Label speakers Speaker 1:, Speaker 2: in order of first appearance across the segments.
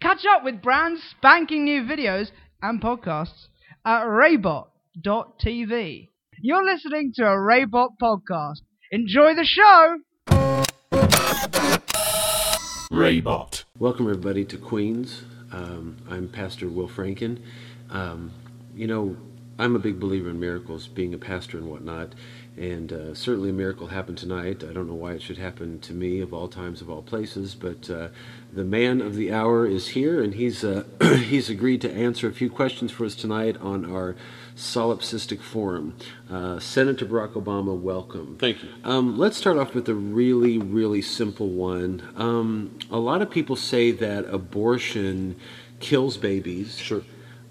Speaker 1: Catch up with brand spanking new videos and podcasts at raybot.tv. You're listening to a Raybot podcast. Enjoy the show!
Speaker 2: Raybot.
Speaker 3: Welcome, everybody, to Queens. Um, I'm Pastor Will Franken. Um, you know, I'm a big believer in miracles, being a pastor and whatnot, and uh, certainly a miracle happened tonight. I don't know why it should happen to me of all times, of all places, but uh, the man of the hour is here, and he's uh, he's agreed to answer a few questions for us tonight on our solipsistic forum. Uh, Senator Barack Obama, welcome.
Speaker 2: Thank you.
Speaker 3: Um, let's start off with a really, really simple one. Um, a lot of people say that abortion kills babies.
Speaker 2: Sure.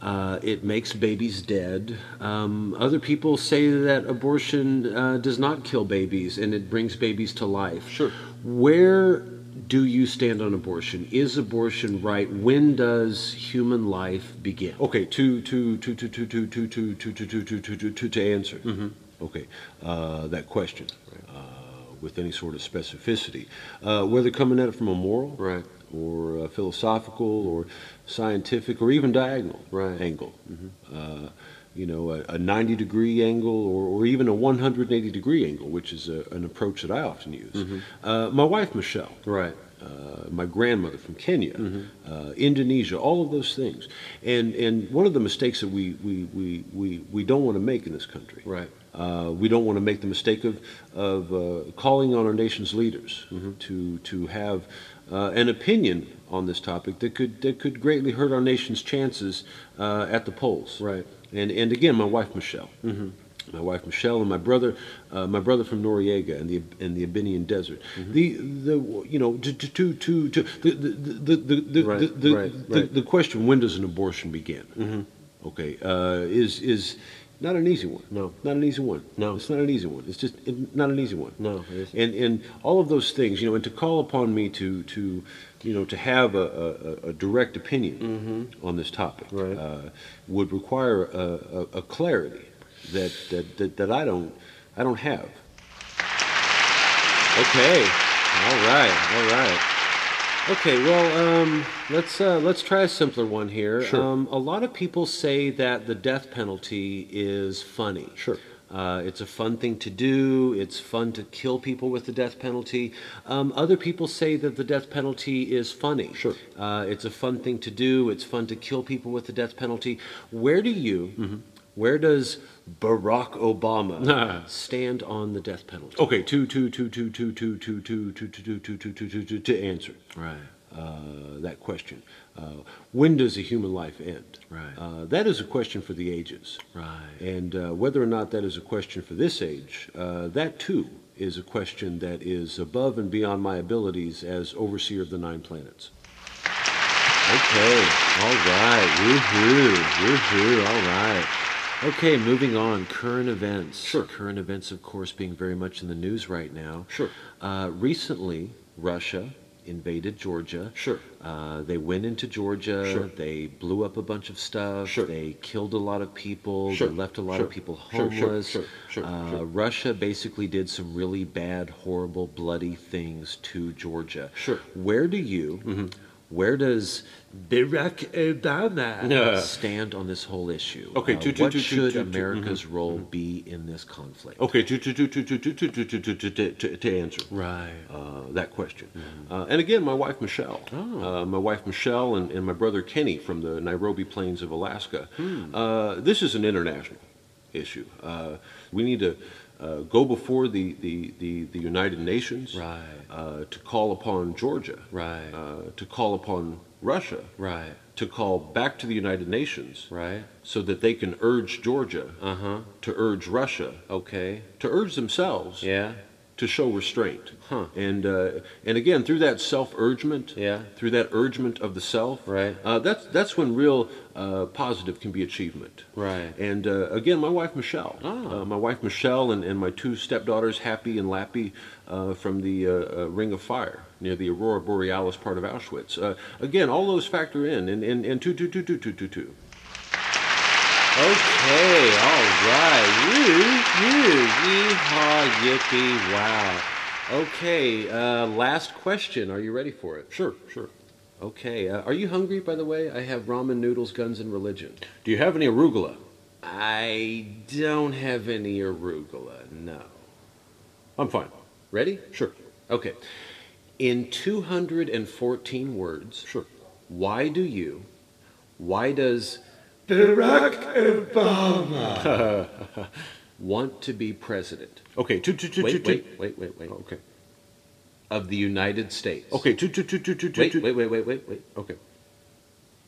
Speaker 3: Uh, it makes babies dead. Um, other people say that abortion uh, does not kill babies and it brings babies to life.
Speaker 2: Sure.
Speaker 3: Where do you stand on abortion? Is abortion right? When does human life begin?
Speaker 2: Okay, two, two, two, two, two, two, two, two, two, two, two, two, two, two, two to answer.
Speaker 3: Mm-hmm.
Speaker 2: Okay, uh, that question uh, with any sort of specificity, uh, whether coming at it from a moral,
Speaker 3: Right.
Speaker 2: or uh, philosophical, or scientific, or even diagonal
Speaker 3: Right.
Speaker 2: angle. Uh, you know, a, a 90 degree angle or, or even a 180 degree angle, which is a, an approach that I often use. Uh, my wife, Michelle,
Speaker 3: Mm-hmm. Right. Mm-hmm.
Speaker 2: uh, my grandmother from Kenya, uh, Indonesia, all of those things. And and one of the mistakes that we we, we, we, we don't want to make in this country.
Speaker 3: Right.
Speaker 2: Uh, we don't want to make the mistake of of uh, calling on our nation's leaders
Speaker 3: Mm-hmm.
Speaker 2: to to have uh, an opinion on this topic that could that could greatly hurt our nation's chances uh, at the polls.
Speaker 3: Right. Mm-hmm.
Speaker 2: And and again, my wife Michelle. My wife Michelle and my brother, uh, my brother from Noriega and the and the Abinian Desert.
Speaker 3: Mm-hmm.
Speaker 2: The the you know to to to, to, to the the the the, the,
Speaker 3: Right,
Speaker 2: the, the,
Speaker 3: right,
Speaker 2: the,
Speaker 3: right. Mm-hmm.
Speaker 2: the question: When does an abortion begin? Okay, uh, is is not an easy one.
Speaker 3: No.
Speaker 2: not an easy one.
Speaker 3: No.
Speaker 2: it's not an easy one. It's just it, not an easy one.
Speaker 3: No, it isn't.
Speaker 2: And and all of those things, you know, and to call upon me to to you know to have a, a- a, a direct opinion on this topic
Speaker 3: Mm-hmm. Right.
Speaker 2: uh, would require a, a, a clarity that, that that that I don't I don't have. Okay, all right, all right.
Speaker 3: Okay, well, um, let's uh, let's try a simpler one here.
Speaker 2: Sure.
Speaker 3: Um, a lot of people say that the death penalty is funny.
Speaker 2: Sure.
Speaker 3: Uh, it's a fun thing to do. It's fun to kill people with the death penalty. Um, other people say that the death penalty is funny.
Speaker 2: Sure.
Speaker 3: Uh, it's a fun thing to do. It's fun to kill people with the death penalty. Where do you,
Speaker 2: Mm-hmm.
Speaker 3: where does Barack Obama stand on the death penalty?
Speaker 2: Ah. Okay, two two two two two two two two two two two two two two two two to answer.
Speaker 3: Right.
Speaker 2: uh, that question. Uh, when does a human life end?
Speaker 3: Right.
Speaker 2: Uh, that is a question for the ages.
Speaker 3: Right.
Speaker 2: And uh, whether or not that is a question for this age, uh, that too is a question that is above and beyond my abilities as overseer of the nine planets.
Speaker 3: Okay. All right. Woohoo. Woohoo. All right. Okay, moving on. Current events.
Speaker 2: Sure.
Speaker 3: Current events, of course, being very much in the news right now.
Speaker 2: Sure.
Speaker 3: Uh, recently, Russia invaded Georgia.
Speaker 2: Sure.
Speaker 3: Uh, they went into Georgia.
Speaker 2: Sure.
Speaker 3: They blew up a bunch of stuff.
Speaker 2: Sure.
Speaker 3: They killed a lot of people.
Speaker 2: Sure.
Speaker 3: They left a lot
Speaker 2: Sure.
Speaker 3: of people
Speaker 2: Sure, sure,
Speaker 3: homeless.
Speaker 2: sure, sure,
Speaker 3: uh,
Speaker 2: sure.
Speaker 3: Russia basically did some really bad, horrible, bloody things to Georgia.
Speaker 2: Sure. Mm-hmm.
Speaker 3: Where do you, where does Barack Obama
Speaker 2: Yeah.
Speaker 3: stand on this whole issue?
Speaker 2: Okay,
Speaker 3: Uh,
Speaker 2: two- two-
Speaker 3: what
Speaker 2: two- two-
Speaker 3: should
Speaker 2: two- Mm-hmm. Oh. two-
Speaker 3: America's role be in this conflict?
Speaker 2: Okay, to, to, to, to, to, to, to, to, to, to, to, to, to answer.
Speaker 3: Right.
Speaker 2: uh, that question. Uh, and again, my wife Michelle,
Speaker 3: Oh.
Speaker 2: uh, my wife Michelle, and, and my brother Kenny from the Nairobi Plains of Alaska.
Speaker 3: Hmm.
Speaker 2: Uh, this is an international issue. Uh, we need to uh, go before the, the, the, the United Nations
Speaker 3: Right.
Speaker 2: uh, to call upon Georgia,
Speaker 3: Right.
Speaker 2: uh, to call upon Russia,
Speaker 3: Right.
Speaker 2: to call back to the United Nations
Speaker 3: Right.
Speaker 2: so that they can urge Georgia
Speaker 3: Uh huh.
Speaker 2: to urge Russia,
Speaker 3: Okay.
Speaker 2: to urge themselves
Speaker 3: Yeah.
Speaker 2: to show restraint.
Speaker 3: Huh.
Speaker 2: And uh, and again, through that self urgement,
Speaker 3: Yeah.
Speaker 2: through that urgement of the self,
Speaker 3: Right.
Speaker 2: Uh, that's that's when real uh, positive can be achievement.
Speaker 3: Right.
Speaker 2: And uh, again, my wife Michelle,
Speaker 3: Ah.
Speaker 2: uh, my wife Michelle, and, and my two stepdaughters, Happy and Lappy, uh, from the uh, uh, Ring of Fire near the Aurora Borealis part of Auschwitz. Uh, again, all those factor in, and and and two two two two two two two.
Speaker 3: Okay, all right. Woo, woo, yeehaw, yippee, wow. Okay, uh, last question. Are you ready for it?
Speaker 2: Sure, sure.
Speaker 3: Okay. Uh, are you hungry, by the way? I have ramen noodles, guns, and religion.
Speaker 2: Do you have any arugula?
Speaker 3: I don't have any arugula, no.
Speaker 2: I'm fine.
Speaker 3: Ready?
Speaker 2: Sure,
Speaker 3: Okay. In 214 words,
Speaker 2: sure.
Speaker 3: why do you, why does want to be president?
Speaker 2: Okay, two, two, two, two,
Speaker 3: Wait,
Speaker 2: two.
Speaker 3: wait, wait, wait, wait.
Speaker 2: Okay,
Speaker 3: Of the United States.
Speaker 2: okay, two, two, two, two, two, two,
Speaker 3: Wait,
Speaker 2: two.
Speaker 3: wait, wait, wait, wait, wait.
Speaker 2: Okay,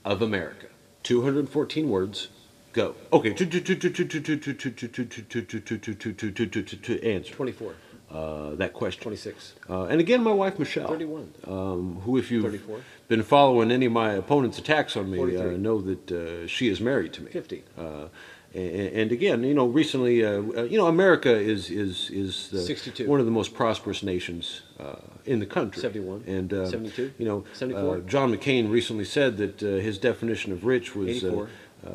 Speaker 3: Of America.
Speaker 2: 214 words.
Speaker 3: Go.
Speaker 2: Okay, two, two, two, two, two, two, two, two, two, two, two, two, two, two, two, two, two, two, two, two, two, answer
Speaker 3: 24,
Speaker 2: uh, that question.
Speaker 3: 26,
Speaker 2: Uh, and again, my wife Michelle,
Speaker 3: 31.
Speaker 2: um, who, if you've
Speaker 3: 34.
Speaker 2: been following any of my opponent's attacks on me, uh,
Speaker 3: 43.
Speaker 2: know that uh, she is married to me.
Speaker 3: 50.
Speaker 2: Uh, and, and again, you know, recently, uh, uh, you know, America is is is the,
Speaker 3: 62.
Speaker 2: one of the most prosperous nations uh, in the country.
Speaker 3: 71.
Speaker 2: and uh,
Speaker 3: 72.
Speaker 2: You know,
Speaker 3: 74.
Speaker 2: Uh, John McCain recently said that uh, his definition of rich was uh,
Speaker 3: 84.
Speaker 2: uh,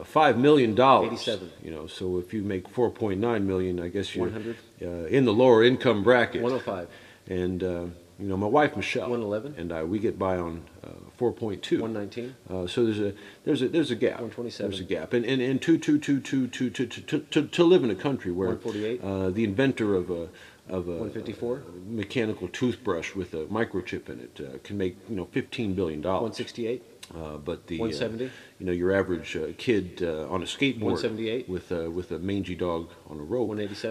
Speaker 2: five million dollars.
Speaker 3: 87.
Speaker 2: You know, so if you make four point nine million, I guess you're
Speaker 3: 100.
Speaker 2: uh, in the lower income bracket.
Speaker 3: 105.
Speaker 2: And uh, you know, my wife Michelle,
Speaker 3: 111.
Speaker 2: and I, we get by on uh, four point two.
Speaker 3: 119.
Speaker 2: Uh, so there's a there's a there's a gap.
Speaker 3: 127.
Speaker 2: There's a gap, and and and to to to to to to to, to, to live in a country where
Speaker 3: 148.
Speaker 2: uh, the inventor of a of a
Speaker 3: 154.
Speaker 2: mechanical toothbrush with a microchip in it uh, can make you know fifteen billion dollars.
Speaker 3: 168,
Speaker 2: Uh, but the uh,
Speaker 3: 170?
Speaker 2: you know, your average uh, kid uh, on a skateboard
Speaker 3: 178?
Speaker 2: with a with a mangy dog on a rope
Speaker 3: 187?
Speaker 2: uh,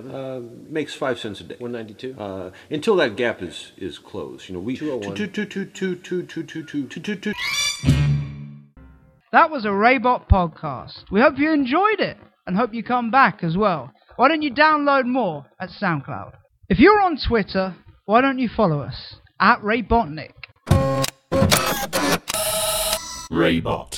Speaker 2: makes five cents a day.
Speaker 3: 192.
Speaker 2: Uh, until that gap is is closed, you know we
Speaker 3: 201.
Speaker 2: two- two- two- two- two- two- two- two- two- two- two-
Speaker 1: That was a Raybot podcast. We hope you enjoyed it and hope you come back as well. Why don't you download more at SoundCloud? If you're on Twitter, why don't you follow us at Raybotnik?
Speaker 4: Raybot.